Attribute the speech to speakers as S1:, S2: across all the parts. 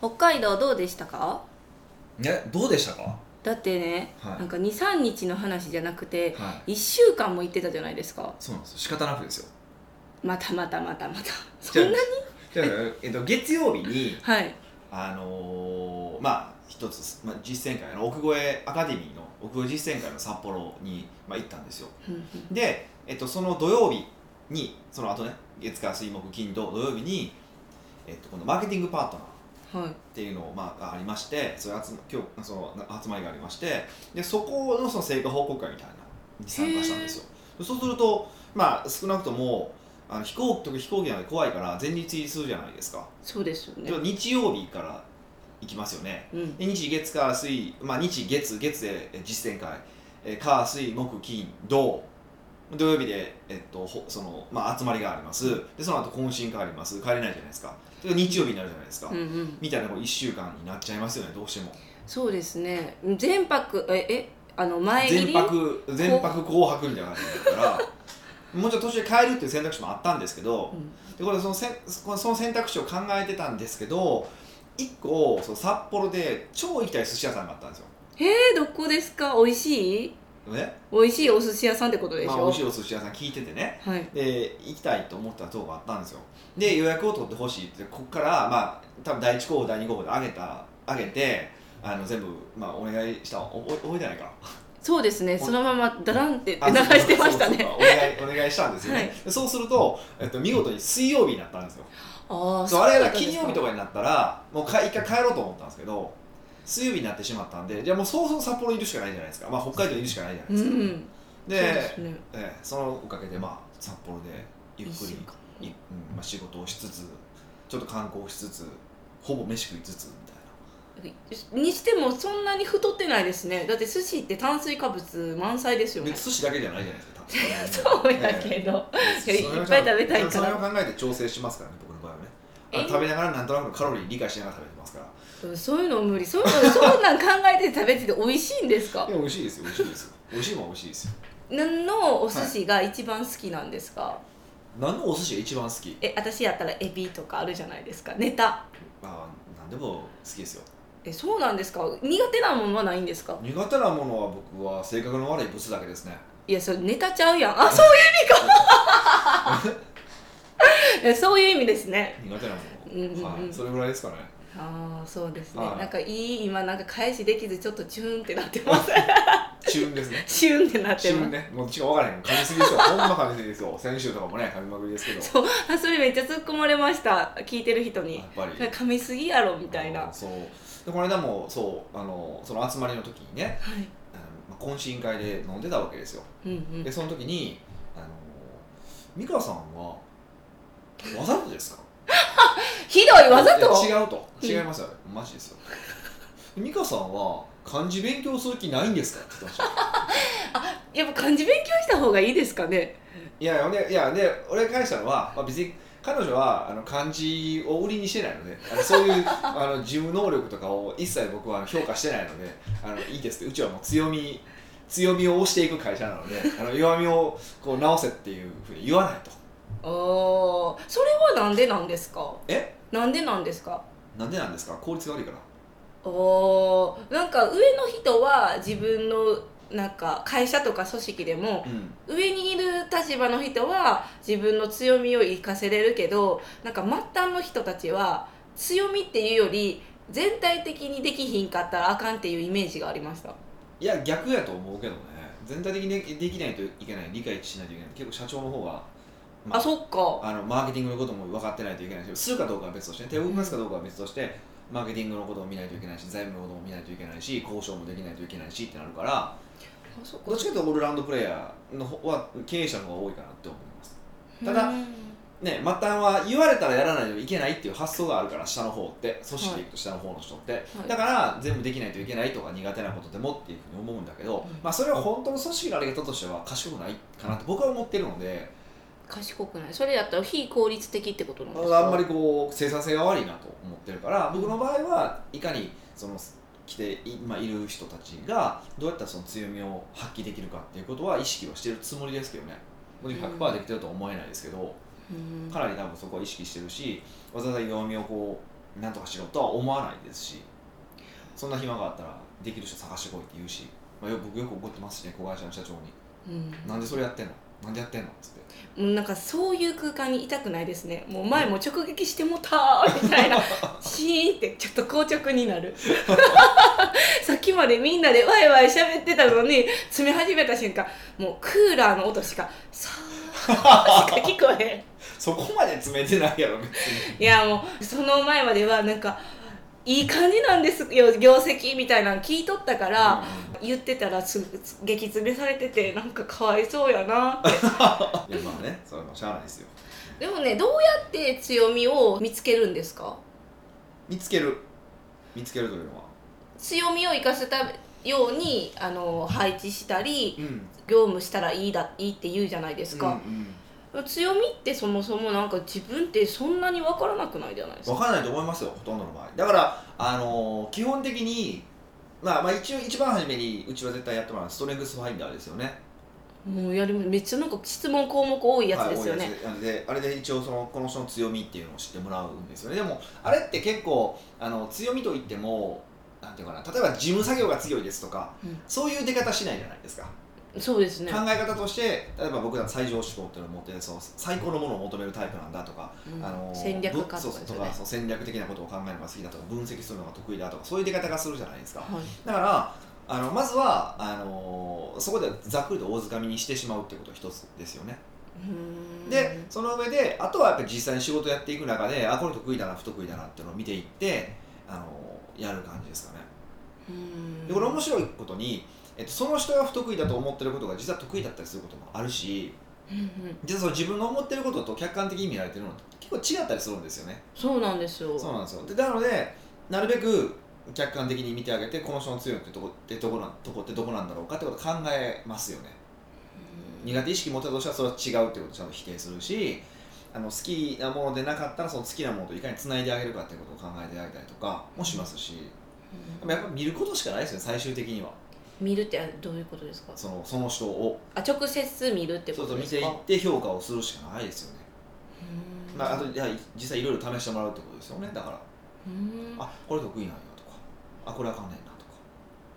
S1: 北海道どうでしたか
S2: えどうでしたか
S1: だってね、
S2: はい
S1: なんか23日の話じゃなくて
S2: はい
S1: 1週間も行ってたじゃないですか
S2: そうなんですよ仕方なくですよ
S1: またまたまたまたそんなに
S2: じゃあえっと、月曜日に
S1: はい
S2: あのーまあ一つ、まあ、実践会の奥越えアカデミーの奥越え実践会の札幌に、まあ、行ったんですよ
S1: うんうん
S2: で、えっと、その土曜日にその後ね月火水木金土土曜日に、えっと、このマーケティングパートナー
S1: はい
S2: っていうのをまあありましてそれ集ま今日そのな集まりがありましてでそこのその成果報告会みたいなのに参加したんですよそうするとまあ少なくともあの飛行機とか飛行機なんで怖いから前日入りするじゃないですか、
S1: そうですよね
S2: でも日曜日から行きますよね
S1: うん
S2: で日月火水、まあ、日月月でえ実践会えー火水木金土土曜日で、えっと、ほそのまあ、集まりがありますでその後懇親会あります帰れないじゃないですかで日曜日になるじゃないですか、
S1: うんうん
S2: みたいなこう1週間になっちゃいますよねどうしても
S1: そうですね全泊ええあの前入
S2: 全
S1: り
S2: 泊全泊紅白みたいな感じだったからもうちょっと途中で帰るっていう選択肢もあったんですけど
S1: うん
S2: でこれそのせんこのその選択肢を考えてたんですけど1個その札幌で超行きたい寿司屋さんがあったんですよ、
S1: えーどこですか美味しい
S2: ね
S1: 美味しいお寿司屋さんってことでし
S2: ま
S1: ょ、
S2: あ、美味しいお寿司屋さん聞いててね
S1: はい
S2: で行きたいと思ったとこがあったんですよで予約を取ってほしいってここからまあ多分第1候補第2候補で上げた上げてあの全部、まあ、お願いしたお覚えてないかな
S1: そうですね
S2: お
S1: そのままダランって
S2: あ
S1: 流してました
S2: そう
S1: ね
S2: そうそうお願いお願いしたんですよね、
S1: はい
S2: でそうすると、えっと、見事に水曜日になったんですよ
S1: ああ
S2: そうあれが金曜日と
S1: か
S2: かになったらもうか一回帰ろうと思ったんですけど水曜日になってしまったんでじゃあもうそうそう札幌にいるしかないじゃないですか、まあ、北海道にいるしかないじゃないうですか、
S1: ん
S2: で
S1: そうですね
S2: ええそのおかげで、まあ、札幌でゆっく
S1: 一
S2: り
S1: 週、間
S2: いうんまあ、仕事をしつつちょっと観光しつつほぼ飯食いつつみたいな
S1: にしてもそんなに太ってないですねだって寿司って炭水化物満載ですよね
S2: 別に寿司だけじゃないじゃないですか
S1: そうやけど、
S2: ええ
S1: いやいっぱい食べたいから
S2: それを考えて調整しますからね僕の場合はねあ
S1: え
S2: 食べながらなんとなくカロリー理解しながら食べてますから
S1: うんそういうの無理そういうのそんなん考えて食べてて美味しいんですか
S2: いや美味しいですよ美味しいですよ美味しいもんは美味しいですよ
S1: 何のお寿司が一番好きなんですか、
S2: 何のお寿司が一番好き
S1: え私やったらエビとかあるじゃないですかネタ
S2: あー何でも好きですよ
S1: えそうなんですか苦手なものはないんですか
S2: 苦手なものは僕は性格の悪いブスだけですね
S1: いやそれネタちゃうやんあそう いう意味かえそういう意味ですね
S2: 苦手なも
S1: うんうんうん
S2: の、はい、それぐらいですかね
S1: ああそうですね
S2: はい
S1: なんかいい今なんか返しできずちょっとチューンってなってます
S2: チューンですね
S1: チューンってなって
S2: チュー
S1: ます、
S2: ンねもう違う分からへん噛みすぎですよほんま噛みすぎですよ先週とかもね噛みまくりですけど
S1: そうあそれめっちゃ突っ込まれました聞いてる人に
S2: やっぱり
S1: 噛みすぎやろ みたいな
S2: あ
S1: は
S2: ーそうでこの間もそうあのその集まりの時にね
S1: い
S2: あのまあ懇親会で飲んでたわけですよ
S1: うんう
S2: で
S1: ん
S2: その時にあの美香さんはわざとですか
S1: ひどいわざと
S2: いや違うと
S1: うん
S2: 違いますよ、マジですよで美香さんは漢字勉強する気ないんですかって言ってました
S1: やっぱ漢字勉強した方がいいですかね
S2: いやいやでいやで俺が返したのは、まあ、別に彼女はあの漢字を売りにしてないのであのそういう あの事務能力とかを一切僕は評価してないのであのいいですってうちはもう強み強みを押していく会社なのであの弱みをこう直せっていうふうに言わないと
S1: あーそれはなんでなんですか
S2: え
S1: なんでなんですか
S2: なんでなんですか効率が悪いから
S1: おーなんか上の人は自分のなんか会社とか組織でも
S2: うん
S1: 上にいる立場の人は自分の強みを生かせれるけどなんか末端の人たちは強みっていうより全体的にできひんかったらあかんっていうイメージがありました
S2: いや逆やと思うけどね全体的にできないといけない理解しないといけない結構社長の方が、ま
S1: あそっか
S2: あのマーケティングのことも分かってないといけないしするかどうかは別としてね手を動かすかどうかは別として、マーケティングのことを見ないといけないし財務のことも見ないといけないし交渉もできないといけないしってなるから
S1: あそっか
S2: どっちかというとオールラウンドプレイヤーの方は経営者の方が多いかなって思いますただ
S1: うん
S2: ね末端は言われたらやらないといけないっていう発想があるから下の方って組織でいくと下の方の人って、
S1: はい
S2: だから全部できないといけないとか苦手なことでもっていうふうに思うんだけど、
S1: うん
S2: まあ、それは本当の組織のあり方としては賢くないかなって僕は思ってるので、
S1: 賢くないそれやったら非効率的ってことなんですか
S2: あんまりこう生産性が悪いなと思ってるから僕の場合はいかにその来てい,、まあ、いる人たちがどうやったらその強みを発揮できるかっていうことは意識はしてるつもりですけどねもちろん100%できてるとは思えないですけど、
S1: うん
S2: かなり多分そこは意識してるしわざわざ弱みをこうなんとかしろとは思わないですしそんな暇があったらできる人探してこいって言うし、まあ、よ僕よく怒ってますしね子会社の社長に
S1: うん
S2: 「なんでそれやってんのなんでやってんの?」っつって
S1: もうなんかそういう空間にいたくないですねもう前も直撃してもた ーみたいなシーンってちょっと硬直に なるさっきまでみんなでワイワイ喋ってたのに詰め始めた瞬間もうクーラーの音しかさーしか聞こえへん
S2: そこまで詰めてないやろ別
S1: い
S2: に
S1: やもうその前まではなんかいい感じなんですよ業績みたいなの聞いとったから、言ってたらすぐ激詰めされててなんかかわいそうやなって
S2: うんいやまあねそれはしゃあないですよ
S1: でもねどうやって強みを見つけるんですか
S2: 見つける見つけるというのは
S1: 強みを生かせたようにあの配置したり
S2: うん
S1: 業務したらいいだいいって言うじゃないです
S2: うん
S1: か、強みってそもそもなんか自分ってそんなに分からなくないじゃないです
S2: うん、分
S1: か
S2: かんないと思いますよほとんどの場合だから、あのー基本的にまあまあ一応一番初めにうちは絶対やってもらうのはストレングスファインダーですよね
S1: もうやりますめっちゃなんか質問項目多いやつですよ
S2: はい
S1: ね、
S2: 多いやつなのであれで一応そのこの人の強みっていうのを知ってもらうんですよねでもあれって結構あの強みといってもなんていうかな例えば事務作業が強いですとか、
S1: うん
S2: そういう出方しないじゃないですか、
S1: そうですね
S2: 考、え方として例えば僕ら最上志向っていうのを持ってその最高のものを求めるタイプなんだとか、
S1: うん
S2: あの
S1: 戦略家とか
S2: そう
S1: です
S2: そう
S1: よね
S2: とかそう戦略的なことを考えるのが好きだとか分析するのが得意だとかそういう出方がするじゃないですか、
S1: はい
S2: だからあのまずはあのそこでざっくりと大掴みにしてしまうっていうことが一つですよね
S1: うーん
S2: でその上であとはやっぱり実際に仕事やっていく中であこれ得意だな不得意だなっていうのを見ていってあのやる感じですかね
S1: うーん
S2: でこれ面白いことに、えっと、その人が不得意だと思ってることが実は得意だったりすることもあるし
S1: うんうん
S2: 実はその自分が思ってることと客観的に見られてるのと結構違ったりするんですよね
S1: そうなんですよ
S2: そうなんですよでなのでなるべく客観的に見てあげてこの人の強いってとこってとこなとこってどこなんだろうかってことを考えますよね
S1: うん
S2: 苦手意識持ってたとしたらそれは違うってことをちゃんと否定するしあの好きなものでなかったらその好きなものといかにつないであげるかっていうことを考えてあげたりとかもしますしでもやっぱ見ることしかないですよね最終的には
S1: 見るってどういうことですか
S2: そのその人を
S1: あ直接見るって
S2: そ
S1: こ
S2: うそ
S1: と
S2: う
S1: で
S2: 見
S1: す
S2: てい
S1: か
S2: って評価をするしかないですよね、
S1: うーん
S2: まあ、あといや実際いろいろ試してもらうってことですよねだから
S1: うーん
S2: あこれ得意なんやとかあこれあかんねんなとか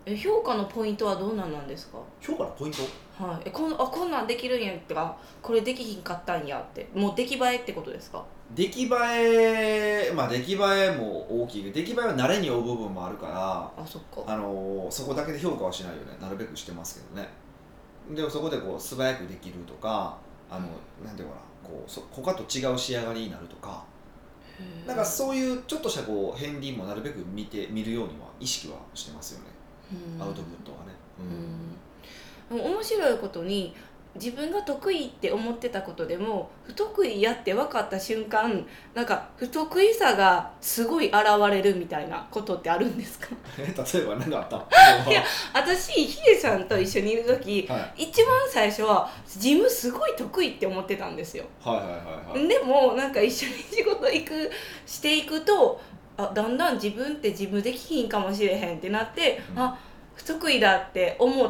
S1: え評価のポイントはどうなんなんですか
S2: 評価のポイント
S1: はい、えこんあこんなんできるんやってかこれできひんかったんやってもう出来栄えってことですか
S2: 出来栄えまあ出来栄えも大きい出来栄えは慣れに追う部分もあるから
S1: あそっか
S2: あのーそこだけで評価はしないよねなるべくしてますけどねでもそこでこう素早くできるとかあの、なんていうのかなこうそ他と違う仕上がりになるとか
S1: へー
S2: なんかそういうちょっとしたこう片鱗もなるべく見て見るようには意識はしてますよね、
S1: うん
S2: アウトプットはね、う
S1: うんでも面白いことに自分が得意って思ってたことでも不得意やって分かった瞬間なんか不得意さがすごい現れるみたいなことってあるんですか
S2: 例えば何かあった
S1: いや私ヒデさんと一緒にいる時
S2: はい
S1: 一番最初はジムすごい得意って思ってたんですよ
S2: はいはいはいはい
S1: でもなんか一緒に仕事行くしていくとあだんだん自分って自分できひんかもしれへんってなって、
S2: うん
S1: あ不得意だって思っ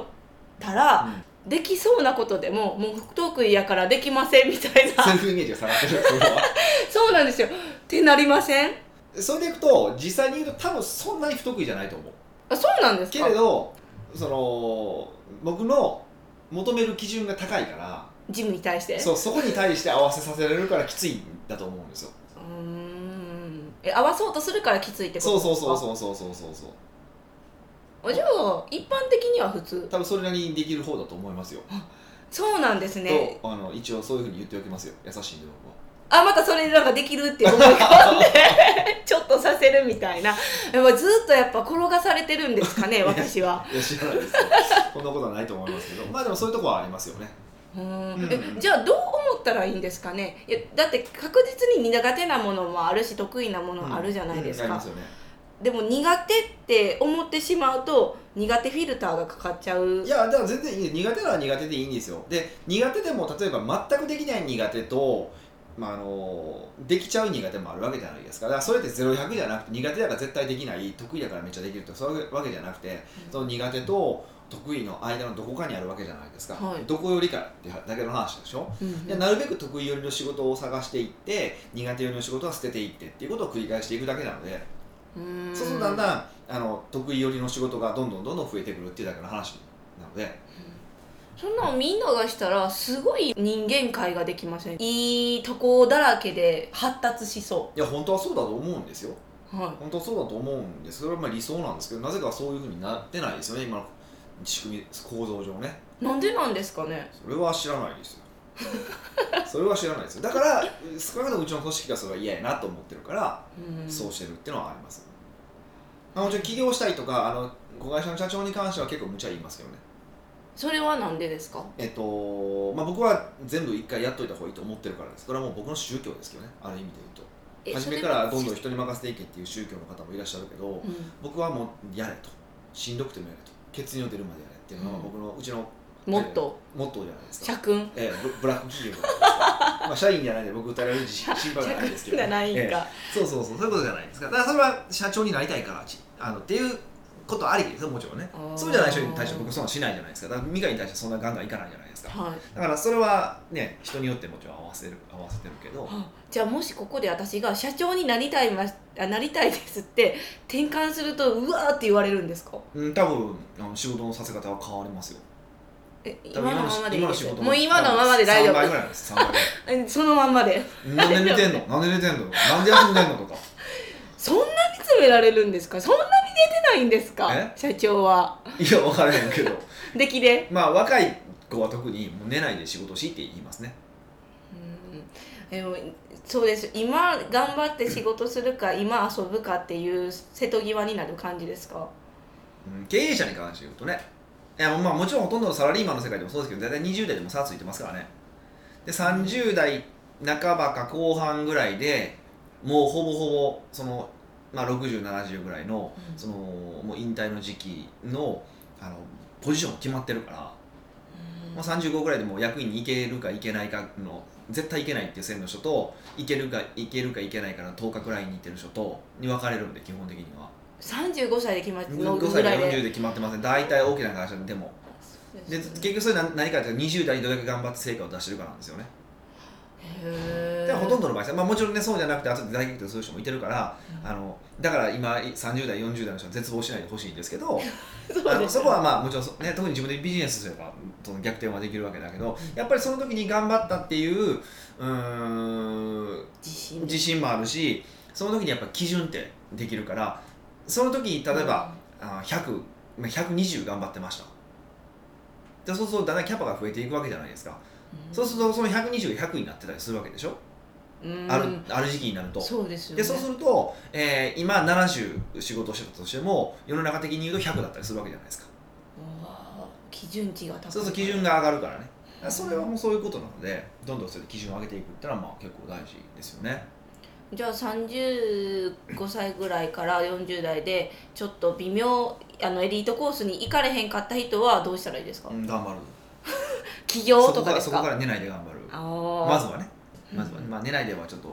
S1: たら、
S2: うん
S1: できそうなことでももう不得意やからできませんみたい
S2: セル
S1: な
S2: フイメージが下がってるそれは
S1: そうなんですよってなりません
S2: それでいくと実際に言うと多分そんなに不得意じゃないと思う
S1: あそうなんです
S2: け
S1: か
S2: れどその僕の求める基準が高いから
S1: ジムに対して
S2: そうそこに対して合わせさせられるからきついんだと思うんですよ
S1: うーんえ合わそうとするからきついってこと
S2: そ
S1: で
S2: う
S1: すか
S2: そうそうそうそうそうそうそう
S1: あじゃあ一般的には普通
S2: 多分それなりにできる方だと思いますよ、
S1: そうなんですね
S2: とあの一応そういうふうに言っておきますよ優しいんで僕は
S1: あまたそれでなんかできるって思い込んで ちょっとさせるみたいなやっぱずっとやっぱ転がされてるんですかね私はい
S2: や知らないですよ こんなことはないと思いますけどまあでもそういうとこはありますよね
S1: うー
S2: うん
S1: んえじゃあどう思ったらいいんですかねいやだって確実に苦手なものもあるし得意なものもあるじゃないですか、
S2: うんありますよね
S1: でも苦手って思ってしまうと苦手フィルターがかかっちゃう
S2: いやだから全然いい苦手なら苦手でいいんですよで苦手でも例えば全くできない苦手とまあ、あのできちゃう苦手もあるわけじゃないですかだからそれって0100じゃなくて苦手だから絶対できない得意だからめっちゃできるとかそういうわけじゃなくてその苦手と得意の間のどこかにあるわけじゃないですか、
S1: はい
S2: どこよりかってだけの話でしょ、
S1: うんうん
S2: でなるべく得意寄りの仕事を探していって苦手寄りの仕事は捨てていってっていうことを繰り返していくだけなので、
S1: うん
S2: そうするとだんだんあの得意寄りの仕事がどんどんどんどん増えてくるっていうだけの話なので
S1: そんなんみんながしたらすごい人間界ができませんいいとこだらけで発達しそ
S2: いや本当はそうだと思うんですよ
S1: うはい
S2: 本当はそうだと思うんですそれはまあ理想なんですけどなぜかそういうふうになってないですよね今の仕組み構造上ね
S1: なんでなんですかね
S2: それは知らないです よそれは知らないですよだから少なくともうちの組織がそれは嫌やなと思ってるから
S1: うん
S2: そうしてるっていうのはあります、まあ、もちろん起業したいとかあの子会社の社長に関しては結構無茶言いますけどね
S1: それはなんでですか
S2: えっとまあ、僕は全部一回やっといた方がいいと思ってるからですこれはもう僕の宗教ですけどねある意味で
S1: え
S2: 言うと初め
S1: そ
S2: か
S1: れは
S2: らどんどん人に任せていけっていう宗教の方もいらっしゃるけど
S1: うん
S2: 僕はもうやれとしんどくてもやれと血尿出るまでやれっていうのは
S1: うん
S2: 僕の、うちの
S1: もっと
S2: モットーじゃないですか
S1: 社訓
S2: ええ、ブブラック企業 じゃないですかまあ社員じゃないんで僕疑われる自信心配はないですけ
S1: 社
S2: ど
S1: 訓がないん
S2: ええ
S1: か、
S2: そうそうそうそういうことじゃないですかだからそれは社長になりたいからちあのっていうことありきですよもちろんね
S1: あー
S2: そうじゃない人に対して僕そんなのしないじゃないですかだから未来に対してそんなガンガンいかないじゃないですか
S1: はい
S2: だからそれはね人によってもちろん合わせる合わせてるけど
S1: あじゃあもしここで私が社長になりたいまあなりたいですって転換するとうわーって言われるんですか
S2: うん多分あの仕事のさせ方は変わりますよ
S1: え
S2: 多
S1: 今
S2: 分
S1: のままでいいです
S2: 仕事
S1: もう今のままで大丈
S2: 3倍
S1: 夫
S2: ぐらいなんです3倍ぐらい
S1: えそのまんまで
S2: なんで寝てんのなんで寝てんのなんで休んでんのと か
S1: そんなに詰められるんですかそんなに出てないんですか
S2: え
S1: 社長はい
S2: や分からへんけど
S1: 出来で
S2: まあ若い子は特にもう寝ないで仕事をしいって言いますね
S1: うんでもそうです今頑張って仕事するか今遊ぶかっていう瀬戸際になる感じですか
S2: うん経営者に関して言うとねいやまあもちろんほとんどのサラリーマンの世界でもそうですけど大体20代でも差ついてますからねで30代半ばか後半ぐらいでもうほぼほぼその、まあ、6070ぐらいの
S1: うん
S2: そのもう引退の時期のあのポジション決まってるから、もう35ぐらいでもう役員に行けるか行けないかの絶対行けないっていう線の人と行けるか行けるか行けないかの頭角ラインに行ってる人とに分かれるんで基本的には
S1: 35歳で決まっての
S2: 5
S1: ぐ
S2: 歳から
S1: い
S2: ら
S1: で
S2: 40で決まってません大体大きな会社でも
S1: そう
S2: で
S1: です
S2: 結
S1: ね
S2: 局それ何何かっていうと20代にどれだけ頑張って成果を出してるかなんですよね、
S1: へ
S2: で
S1: ー
S2: ほとんどの場合さ、まあ、もちろんねそうじゃなくて後で大逆転する人もいてるから、
S1: うん
S2: あのだから今30代40代の人は絶望しないでほしいんですけど
S1: そう
S2: あ
S1: で
S2: の
S1: す
S2: そこはまあもちろんそ、ね、特に自分でビジネスすればその逆転はできるわけだけどやっぱりその時に頑張ったっていううーん
S1: 自信
S2: 自信もあるしその時にやっぱ基準ってできるからその時に例えば、あ100まあ120頑張ってましたでそうするとだんだんキャパが増えていくわけじゃないですか、
S1: うん
S2: そうするとその120が100になってたりするわけでしょ、
S1: うん
S2: あるある時期になると
S1: そうですよね
S2: でそうすると、えー今70仕事してたとしても世の中的に言うと100だったりするわけじゃないですか
S1: うわー基準値が高い
S2: そうすると基準が上がるからねだからそれはもうそういうことなのでどんどんそれで基準を上げていくっていうのはまあ結構大事ですよね
S1: じゃあ35歳ぐらいから40代でちょっと微妙あのエリートコースに行かれへんかった人はどうしたらいいですか
S2: うん頑張る
S1: 起業
S2: そこと
S1: か
S2: から
S1: です
S2: そこ
S1: か
S2: から寝ないで頑張る
S1: ああ
S2: まずはねまずは、ね
S1: うん
S2: まあ、寝ないではちょっと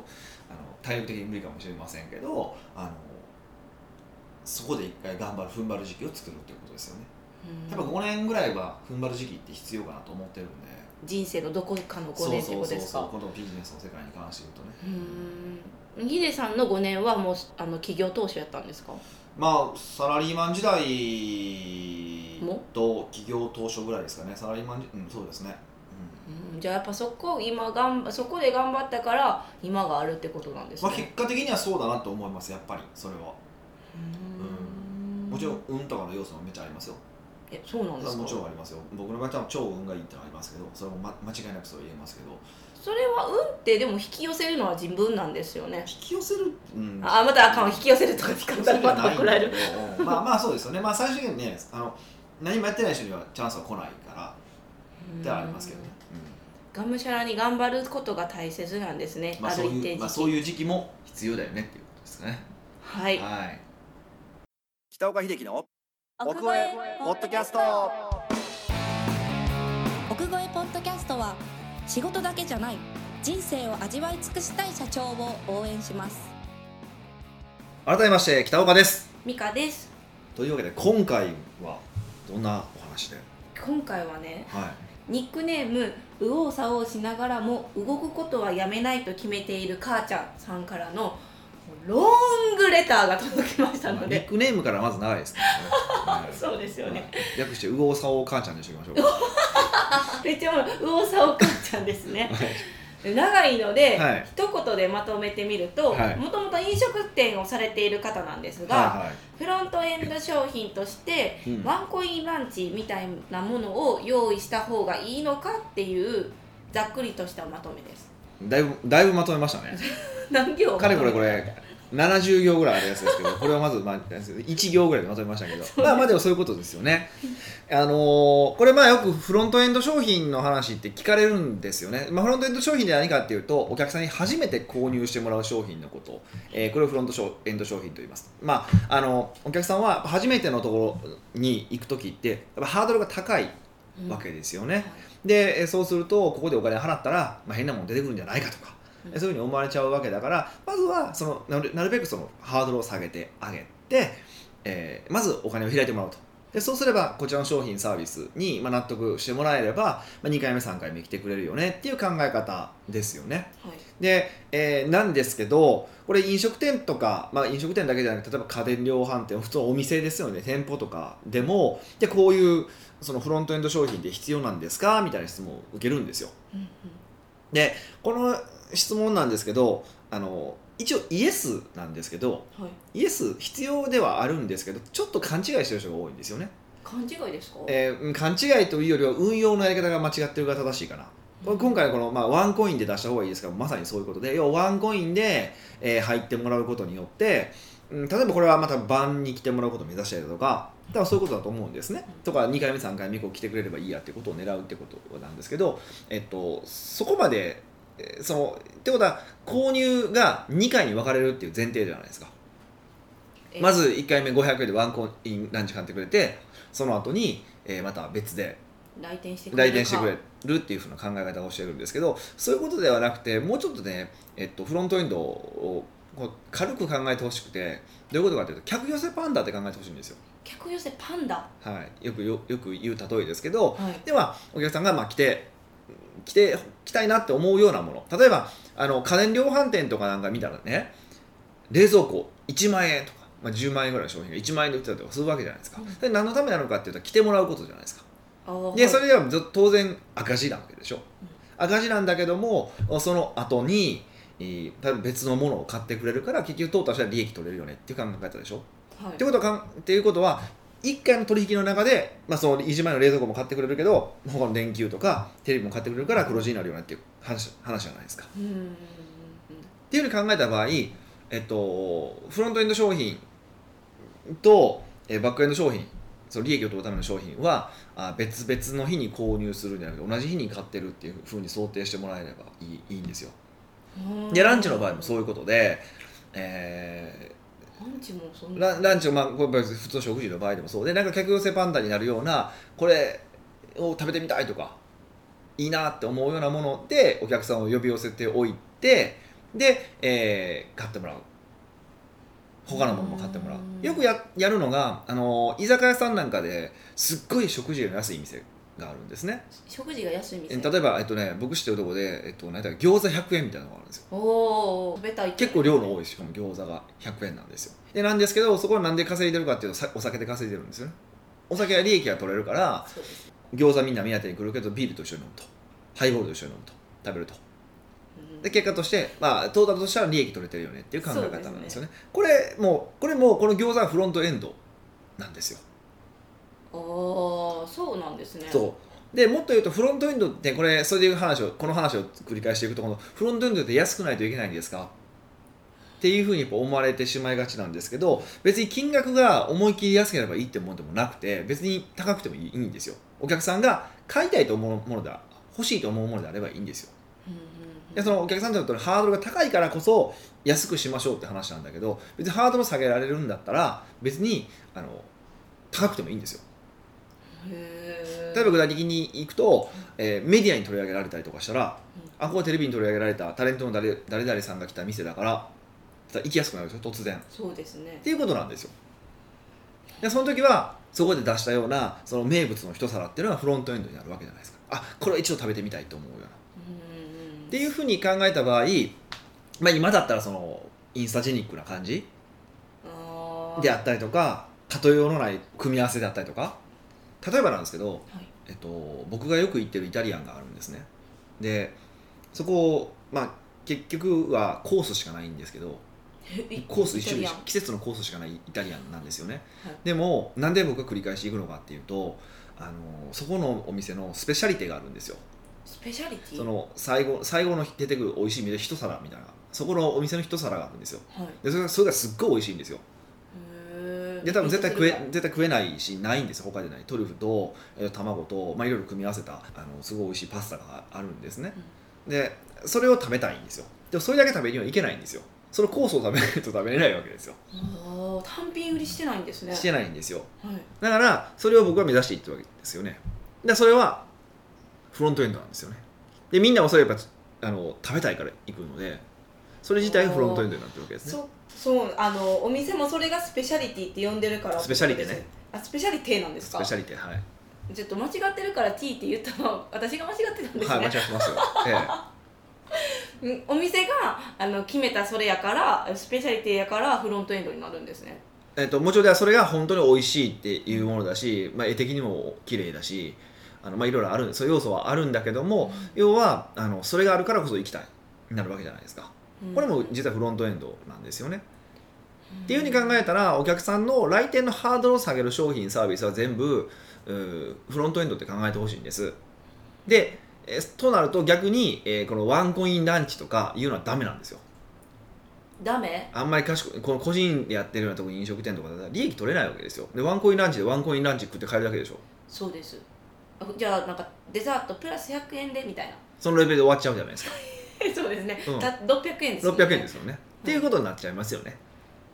S2: あの体力的に無理かもしれませんけどあのそこで一回頑張る踏ん張る時期を作るっていうことですよね
S1: うん
S2: 多分5年ぐらいは踏ん張る時期って必要かなと思ってるんで
S1: 人生のどこかの5年ってことですか
S2: このビジネスの世界に関して言うとね
S1: うんヒデさんの5年はもうあの企業投資やったんですか
S2: まあサラリーマン時代
S1: も
S2: と企業当初ぐらいですかねサラリーマンじうんそうですね、
S1: うんじゃあやっぱそこ今がんそこで頑張ったから今があるってことなんで
S2: うん
S1: す
S2: ま
S1: ね
S2: あ、、結果的にはそうだなと思いますやっぱりそれは
S1: うん
S2: もちろん運とかの要素もめっちゃありますよ
S1: えそうなんですか
S2: もちろんありますよ僕の場合は超運がいいってのはありますけどそれも、ま、間違いなくそう言えますけど
S1: それは運ってでも引き寄せるのは自分なんですよね
S2: 引き寄せる、うん、
S1: あまたあかん引き寄せるとか
S2: 引
S1: 使
S2: き
S1: っ
S2: 寄
S1: たら
S2: せるじゃ
S1: ま
S2: な
S1: た
S2: いん
S1: 怒ら
S2: だ
S1: れ
S2: け
S1: る
S2: どうんまあまあそうですよねまあ最終的にねあの何もやってない人にはチャンスは来ないからではありますけどね、
S1: がむしゃらに頑張ることが大切なんですね、
S2: うんまあ、
S1: あ
S2: そ
S1: る
S2: う
S1: 一定時
S2: いう
S1: 期、
S2: まあそういう時期も必要だよねっていうことですかね
S1: はい
S2: はい北岡秀樹の奥越えポッドキャスト
S3: 奥越えポッドキャストは仕事だけじゃない人生を味わい尽くしたい社長を応援します
S2: 改めまして北岡です
S1: ミカです
S2: というわけで今回はどんなお話で
S1: 今回はね
S2: はい
S1: ニックネーム右往左往しながらも動くことはやめないと決めている母ちゃんさんからのロングレターが届きました
S2: まあ
S1: の
S2: ニッ
S1: で
S2: クネームからまず長いですねは い
S1: そうですよね
S2: はい略して右往左往母ちゃんにしておきましょう か
S1: めっちゃもう右往左往母ちゃんです ね長いので、
S2: はい
S1: 一言でまとめてみると
S2: はい
S1: もともと飲食店をされている方なんですが、
S2: は
S1: フロントエンド商品として
S2: いはい、うん
S1: ワンコインランチみたいなものを用意した方がいいのかっていうざっくりとしたまとめ です。
S2: だいぶだいぶまとめましたね
S1: 何行
S2: かれこれこれ70行ぐらいあるやつですけどこれはまず、まあ、1行ぐらいでまとめましたけどまあまあでもそういうことですよねあのーこれまあよくフロントエンド商品の話って聞かれるんですよね、まあ、フロントエンド商品で何かっていうとお客さんに初めて購入してもらう商品のこと、えーこれをフロント商エンド商品と言いますまああのお客さんは初めてのところに行く時ってやっぱハードルが高いわけですよね、でえーそうするとここでお金払ったら、まあ、変なもん出てくるんじゃないかとか、
S1: うん
S2: そういうふうに思われちゃうわけだからまずはそのなるなるべくそのハードルを下げてあげて、えーまずお金を開いてもらおうと。でそうすればこちらの商品サービスに、まあ、納得してもらえれば、まあ、2回目3回目来てくれるよねっていう考え方ですよね。
S1: はい
S2: で、えーなんですけどこれ飲食店とか、まあ、飲食店だけじゃなくて例えば家電量販店普通のお店ですよね店舗とかでもでこういうそのフロントエンド商品って必要なんですかみたいな質問を受けるんですよ。
S1: うんうん
S2: この質問なんですけどあの一応イエスなんですけど
S1: はい、
S2: イエス必要ではあるんですけどちょっと勘違いしてる人が多いんですよね、
S1: 勘違いですか、
S2: えーうん勘違いというよりは運用のやり方が間違ってるが正しいかなこれ今回のこの、まあ、ワンコインで出した方がいいですからまさにそういうことで要はワンコインで、えー入ってもらうことによって、うん、例えばこれはまた晩に来てもらうことを目指したりだとか多分そういうことだと思うんですねとか2回目3回目以降来てくれればいいやってことを狙うってことなんですけど、えっと、そこまでえーそのってことは購入が2回に分かれるっていう前提じゃないですか
S1: え
S2: まず1回目500円でワンコインランチ買ってくれてその後に、えーまた別で
S1: 来店してくれ
S2: 来
S1: るか
S2: 店してくれるっていうふうな考え方をしてるんですけどそういうことではなくてもうちょっとね、えっと、フロントエンドをこう軽く考えてほしくてどういうことかというと客寄せパンダって考えてほしいんですよ、
S1: 客寄せパンダ
S2: はい、よくよよく言う例えですけど
S1: はい
S2: ではお客さんがまあ来て来て来たいなって思うようなもの例えばあの家電量販店とかなんか見たらね冷蔵庫1万円とか、まあ、10万円ぐらいの商品が1万円で売ってたりとかするわけじゃないですか、
S1: うん
S2: それ何のためなのかっていうと来てもらうことじゃないですか
S1: あー
S2: で
S1: はい
S2: それではず当然赤字なわけでしょ赤字なんだけどもその後にえー多分別のものを買ってくれるから結局トータルしたら利益取れるよねっていう考え方でしょ、
S1: はい
S2: ってことはかんっていうことは1回の取引の中で、まあ、その維持前の冷蔵庫も買ってくれるけど他の電球とかテレビも買ってくれるから黒字になるよねっていう話話じゃないですか
S1: うんうんうん
S2: っていうふうに考えた場合、えっと、フロントエンド商品とえーバックエンド商品その利益を取るための商品はあ別々の日に購入するんじゃなくて同じ日に買ってるっていうふうに想定してもらえればいいいいんですよ
S1: うん
S2: でランチの場合もそう
S1: う
S2: いうことで、え
S1: ランチもそん
S2: ー
S1: な
S2: ランランチを、まあ、これ別に普通の食事の場合でもそうでなんか客寄せパンダになるようなこれを食べてみたいとかいいなって思うようなものでお客さんを呼び寄せておいてで、えー買ってもらう他のものも買ってもらう
S1: うん
S2: よくややるのがあの居酒屋さんなんかですっごい食事の安い店があるんですね
S1: 食事が安い
S2: え
S1: 店
S2: 例えば、えっとね、僕知ってるとこで、えっと、何だっけ餃子100円みたいなのがあるんですよ
S1: おお食べたい
S2: 結構量の多いしかも餃子が100円なんですよでなんですけどそこはなんで稼いでるかっていうとさお酒で稼いでるんですよねお酒は利益が取れるから
S1: そうです
S2: 餃子みんな目当てに来るけどビールと一緒に飲むとハイボールと一緒に飲むと食べると
S1: うん
S2: で結果として、まあ、トータルとしては利益取れてるよねっていう考え方なんですよねこれもうこれもうこの餃子はフロントエンドなんですよ
S1: ああそうなんですね
S2: そうでもっと言うとフロントエンドってこれそれでいう話をこの話を繰り返していくとこのフロントエンドって安くないといけないんですかっていうふうにやっぱ思われてしまいがちなんですけど別に金額が思い切り安ければいいってもんでもなくて別に高くてもいいんですよお客さんが買いたいと思うもので欲しいと思うものであればいいんですよ
S1: うんうんうん
S2: でそのお客さんにとってのハードルが高いからこそ安くしましょうって話なんだけど別にハードル下げられるんだったら別にあの高くてもいいんですよ
S1: うへ
S2: 例えば具体的にいくと、えーメディアに取り上げられたりとかしたら、あここテレビに取り上げられたタレントの誰誰々さんが来た店だから行きやすくなるでしょ突然っ
S1: そうですね
S2: ていうことなんですよでその時はそこで出したようなその名物の一皿っていうのがフロントエンドになるわけじゃないですかあこれは一度食べてみたいと思うよう
S1: う
S2: な
S1: んうん
S2: っていうふうに考えた場合、まあ、今だったらそのインスタジェニックな感じ
S1: あー
S2: であったりとか例えようのない組み合わせであったりとか例えばなんですけど、
S1: はい
S2: えっと、僕がよく行ってるイタリアンがあるんですねでそこまあ結局はコースしかないんですけど
S1: えい
S2: コース一種類
S1: イタリアン
S2: 季節のコースしかないイタリアンなんですよね、
S1: はい
S2: でもなんで僕が繰り返し行くのかっていうとあのそこのお店のスペシャリティがあるんですよ
S1: スペシャリティ
S2: その最後最後の出てくる美味しい店一皿みたいなそこのお店の一皿があるんですよ
S1: はい
S2: でそれがそれがすっごい美味しいんですよ
S1: へー
S2: で多分絶対食え
S1: めっちゃ
S2: 絶対食えないしないんです他でないトリュフと、えー卵と、まあ、いろいろ組み合わせたあのすごい美味しいパスタがあるんですね、でそれを食べたいんですよでもそれだけ食べにはいけないんですよそのコースを食べないと食べれないわけですよ
S1: すごいあー単品売りしてないんですね
S2: してないんですよ
S1: はい
S2: だからそれを僕は目指していってるわけですよねでそれはフロントエンドなんですよねでみんなもそれやっぱあの食べたいから行くのでそれ自体がフロントエンドになってるわけですね
S1: そそうあのお店もそれがスペシャリティって呼んでるから
S2: スペシャリテね
S1: あスペシャリテなんです
S2: ス
S1: か
S2: ペシャリテはい、
S1: ちょっと間違ってるから T って言ったの私が間違ってたんです
S2: はい間違
S1: ね
S2: ってますよ、え
S1: うんお店があの決めたそれやからスペシャリティやからフロントエンドになるんですね
S2: ええっともちろんではそれが本当に美味しいっていうものだし、まあ、絵的にも綺麗だしあのまあいろいろあるそういう要素はあるんだけども要はあのそれがあるからこそ行きたいになるわけじゃないですかこれも実はフロントエンドなんですよねっていうふうに考えたらお客さんの来店のハードルを下げる商品サービスは全部うーフロントエンドって考えてほしいんですでえーとなると逆に、えーこのワンコインランチとかいうのはダメなんですよ
S1: ダメ
S2: あんまり賢いこの個人でやってるようなとこに飲食店とかだったら利益取れないわけですよでワンコインランチでワンコインランチ食って帰るだけでしょ
S1: そうですあじゃあなんかデザートプラス100円でみたいな
S2: そのレベルで終わっちゃうじゃないですか
S1: そうですね、
S2: うん
S1: た600円です、ね、
S2: 600円ですすよね、っていうことになっちゃいますよね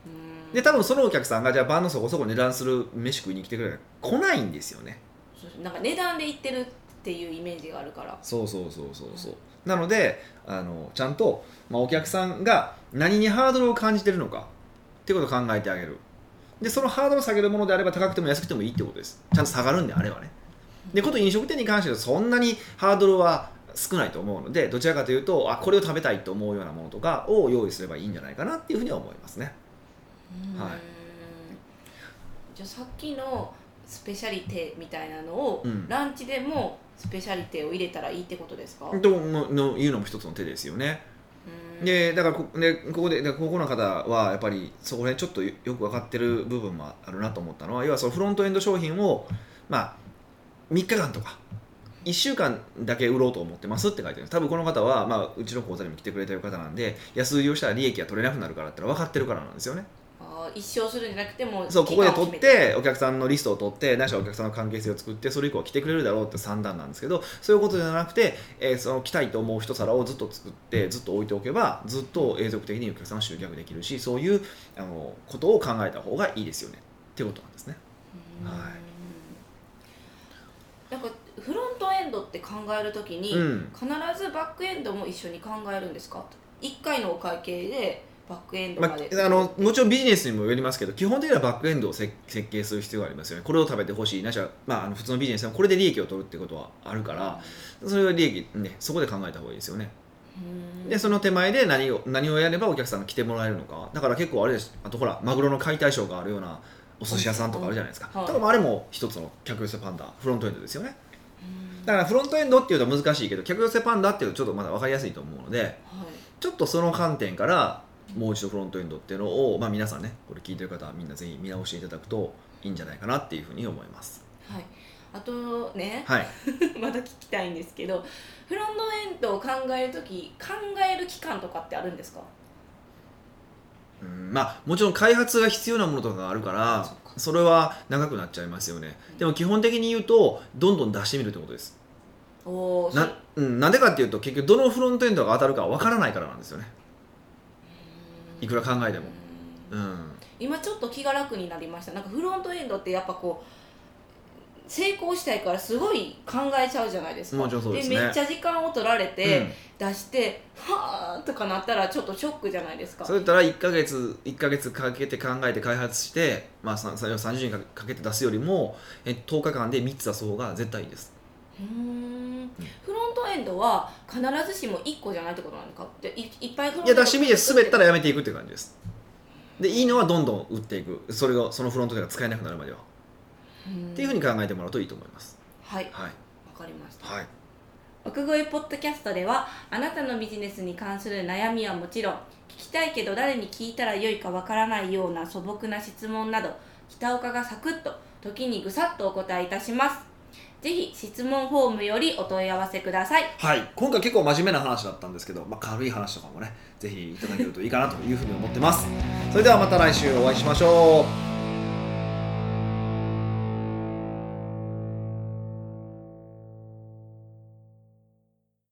S1: うん
S2: で多分そのお客さんがじゃあ晩のそこそこ値段する飯食いに来てくれるから来ないんですよね
S1: そうそうなんか値段で言ってるっていうイメージがあるから
S2: そうそうそうそうそうなのであのちゃんと、まあ、お客さんが何にハードルを感じてるのかってことを考えてあげるでそのハードルを下げるものであれば高くても安くてもいいってことですちゃんと下がるんであればねでこと飲食店に関してはそんなにハードルは少ないと思うのでどちらかというとあこれを食べたいと思うようなものとかを用意すればいいんじゃないかなっていうふうには思いますねはい
S1: じゃあさっきのスペシャリテみたいなのを、
S2: うん
S1: ランチでもスペシャリテを入れたらいいってことですか、
S2: とののいうのも一つの手ですよね
S1: うん
S2: でだからこでここででここの方はやっぱりそこら辺ちょっとよよく分かってる部分もあるなと思ったのは要はそのフロントエンド商品を、まあ、3日間とか1週間だけ売ろうと思ってますって書いてあるんです多分この方は、まあ、うちの講座にも来てくれてる方なんで安売りをしたら利益が取れなくなるからってのは分かってるからなんですよね
S1: あー一生するんじゃなくても
S2: そうここで取っ
S1: 期間を決め
S2: てお客さんのリストを取ってないしはお客さんの関係性を作ってそれ以降は来てくれるだろうって算段なんですけどそういうことじゃなくて、えーその来たいと思う一皿をずっと作ってずっと置いておけばずっと永続的にお客さんを集客できるしそういうあのことを考えた方がいいですよねってことなんですね。
S1: うん
S2: は
S1: なんかフロントエンドって考えるときに、
S2: うん
S1: 必ずバックエンドも一緒に考えるんですか一回のお会計でバックエンド
S2: ま
S1: まで、
S2: あ、あのもちろんビジネスにもよりますけど基本的にはバックエンドを設設計する必要がありますよねこれを食べてほしいないしは、まあ、あの普通のビジネスでもこれで利益を取るってことはあるからそれは利益、ね、そこで考えた方がいいですよね。
S1: うん
S2: でその手前で何を何をやればお客さんが来てもらえるのかだから結構あれですあとほらマグロの解体ショーがあるようなお寿司屋さんとかあるじゃないですか、
S1: はい
S2: だからあれも一つの客寄せパンダフロントエンドですよねだからフロントエンドっていうと難しいけど客寄せパンダっていうとちょっとまだ分かりやすいと思うので
S1: はい
S2: ちょっとその観点からもう一度フロントエンドっていうのを、まあ、皆さんねこれ聞いてる方はみんなぜひ見直していただくといいんじゃないかなっていうふうに思います
S1: はい、あとね、
S2: はい
S1: また聞きたいんですけどフロントエンドを考える時考える期間とかってあるんですか
S2: うんまあもちろん開発が必要なものとかがあるから
S1: そっか
S2: それは長くなっちゃいますよね
S1: うん
S2: でも基本的に言うとどんどん出してみるってことです
S1: おーそう
S2: な,、うん、なんでかっていうと結局どのフロントエンドが当たるかわからないからなんですよねいくら考えても
S1: うん
S2: うん
S1: 今ちょっと気が楽になりましたなんかフロントエンドってやっぱこう成功したいからすごい考えちゃうじゃないですか
S2: もちろんそうですね
S1: めっちゃ時間を取られ
S2: う
S1: て
S2: ん
S1: 出して、はーとかなったらちょっとショックじゃないですか
S2: それだったら1ヶ月1ヶ月かけて考えて開発して、まあ、ささ30年かけて出すよりもえ10日間で3つ出す方が絶対いいです
S1: うーんフロントエンドは必ずしも1個じゃないってことなのかっていいっぱいフロン
S2: い
S1: トエ
S2: や
S1: ンド
S2: 出し身で滑ったらやめていくっていう感じですでいいのはどんどん打っていくそれがそのフロントが使えなくなるまでは
S1: うん
S2: っていうふうに考えてもらうといいと思います
S1: はいわ
S2: はい
S1: かりました
S2: はい
S1: 奥越えポッドキャストではあなたのビジネスに関する悩みはもちろん聞きたいけど誰に聞いたらよいかわからないような素朴な質問など北岡がサクッと時にぐさっとお答えいたしますぜひ質問フォームよりお問い合わせください
S2: はい、今回結構真面目な話だったんですけど、まあ、軽い話とかもねぜひいただけるといいかなというふうに思ってますそれではまた来週お会いしましょう